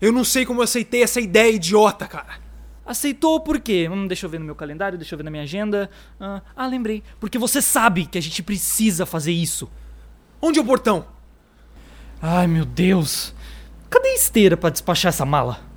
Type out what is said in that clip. Eu não sei como eu aceitei essa ideia idiota, cara. Aceitou por quê? Hum, deixa eu ver no meu calendário, deixa eu ver na minha agenda. Ah, ah, lembrei. Porque você sabe que a gente precisa fazer isso. Onde é o portão? Ai, meu Deus. Cadê a esteira pra despachar essa mala?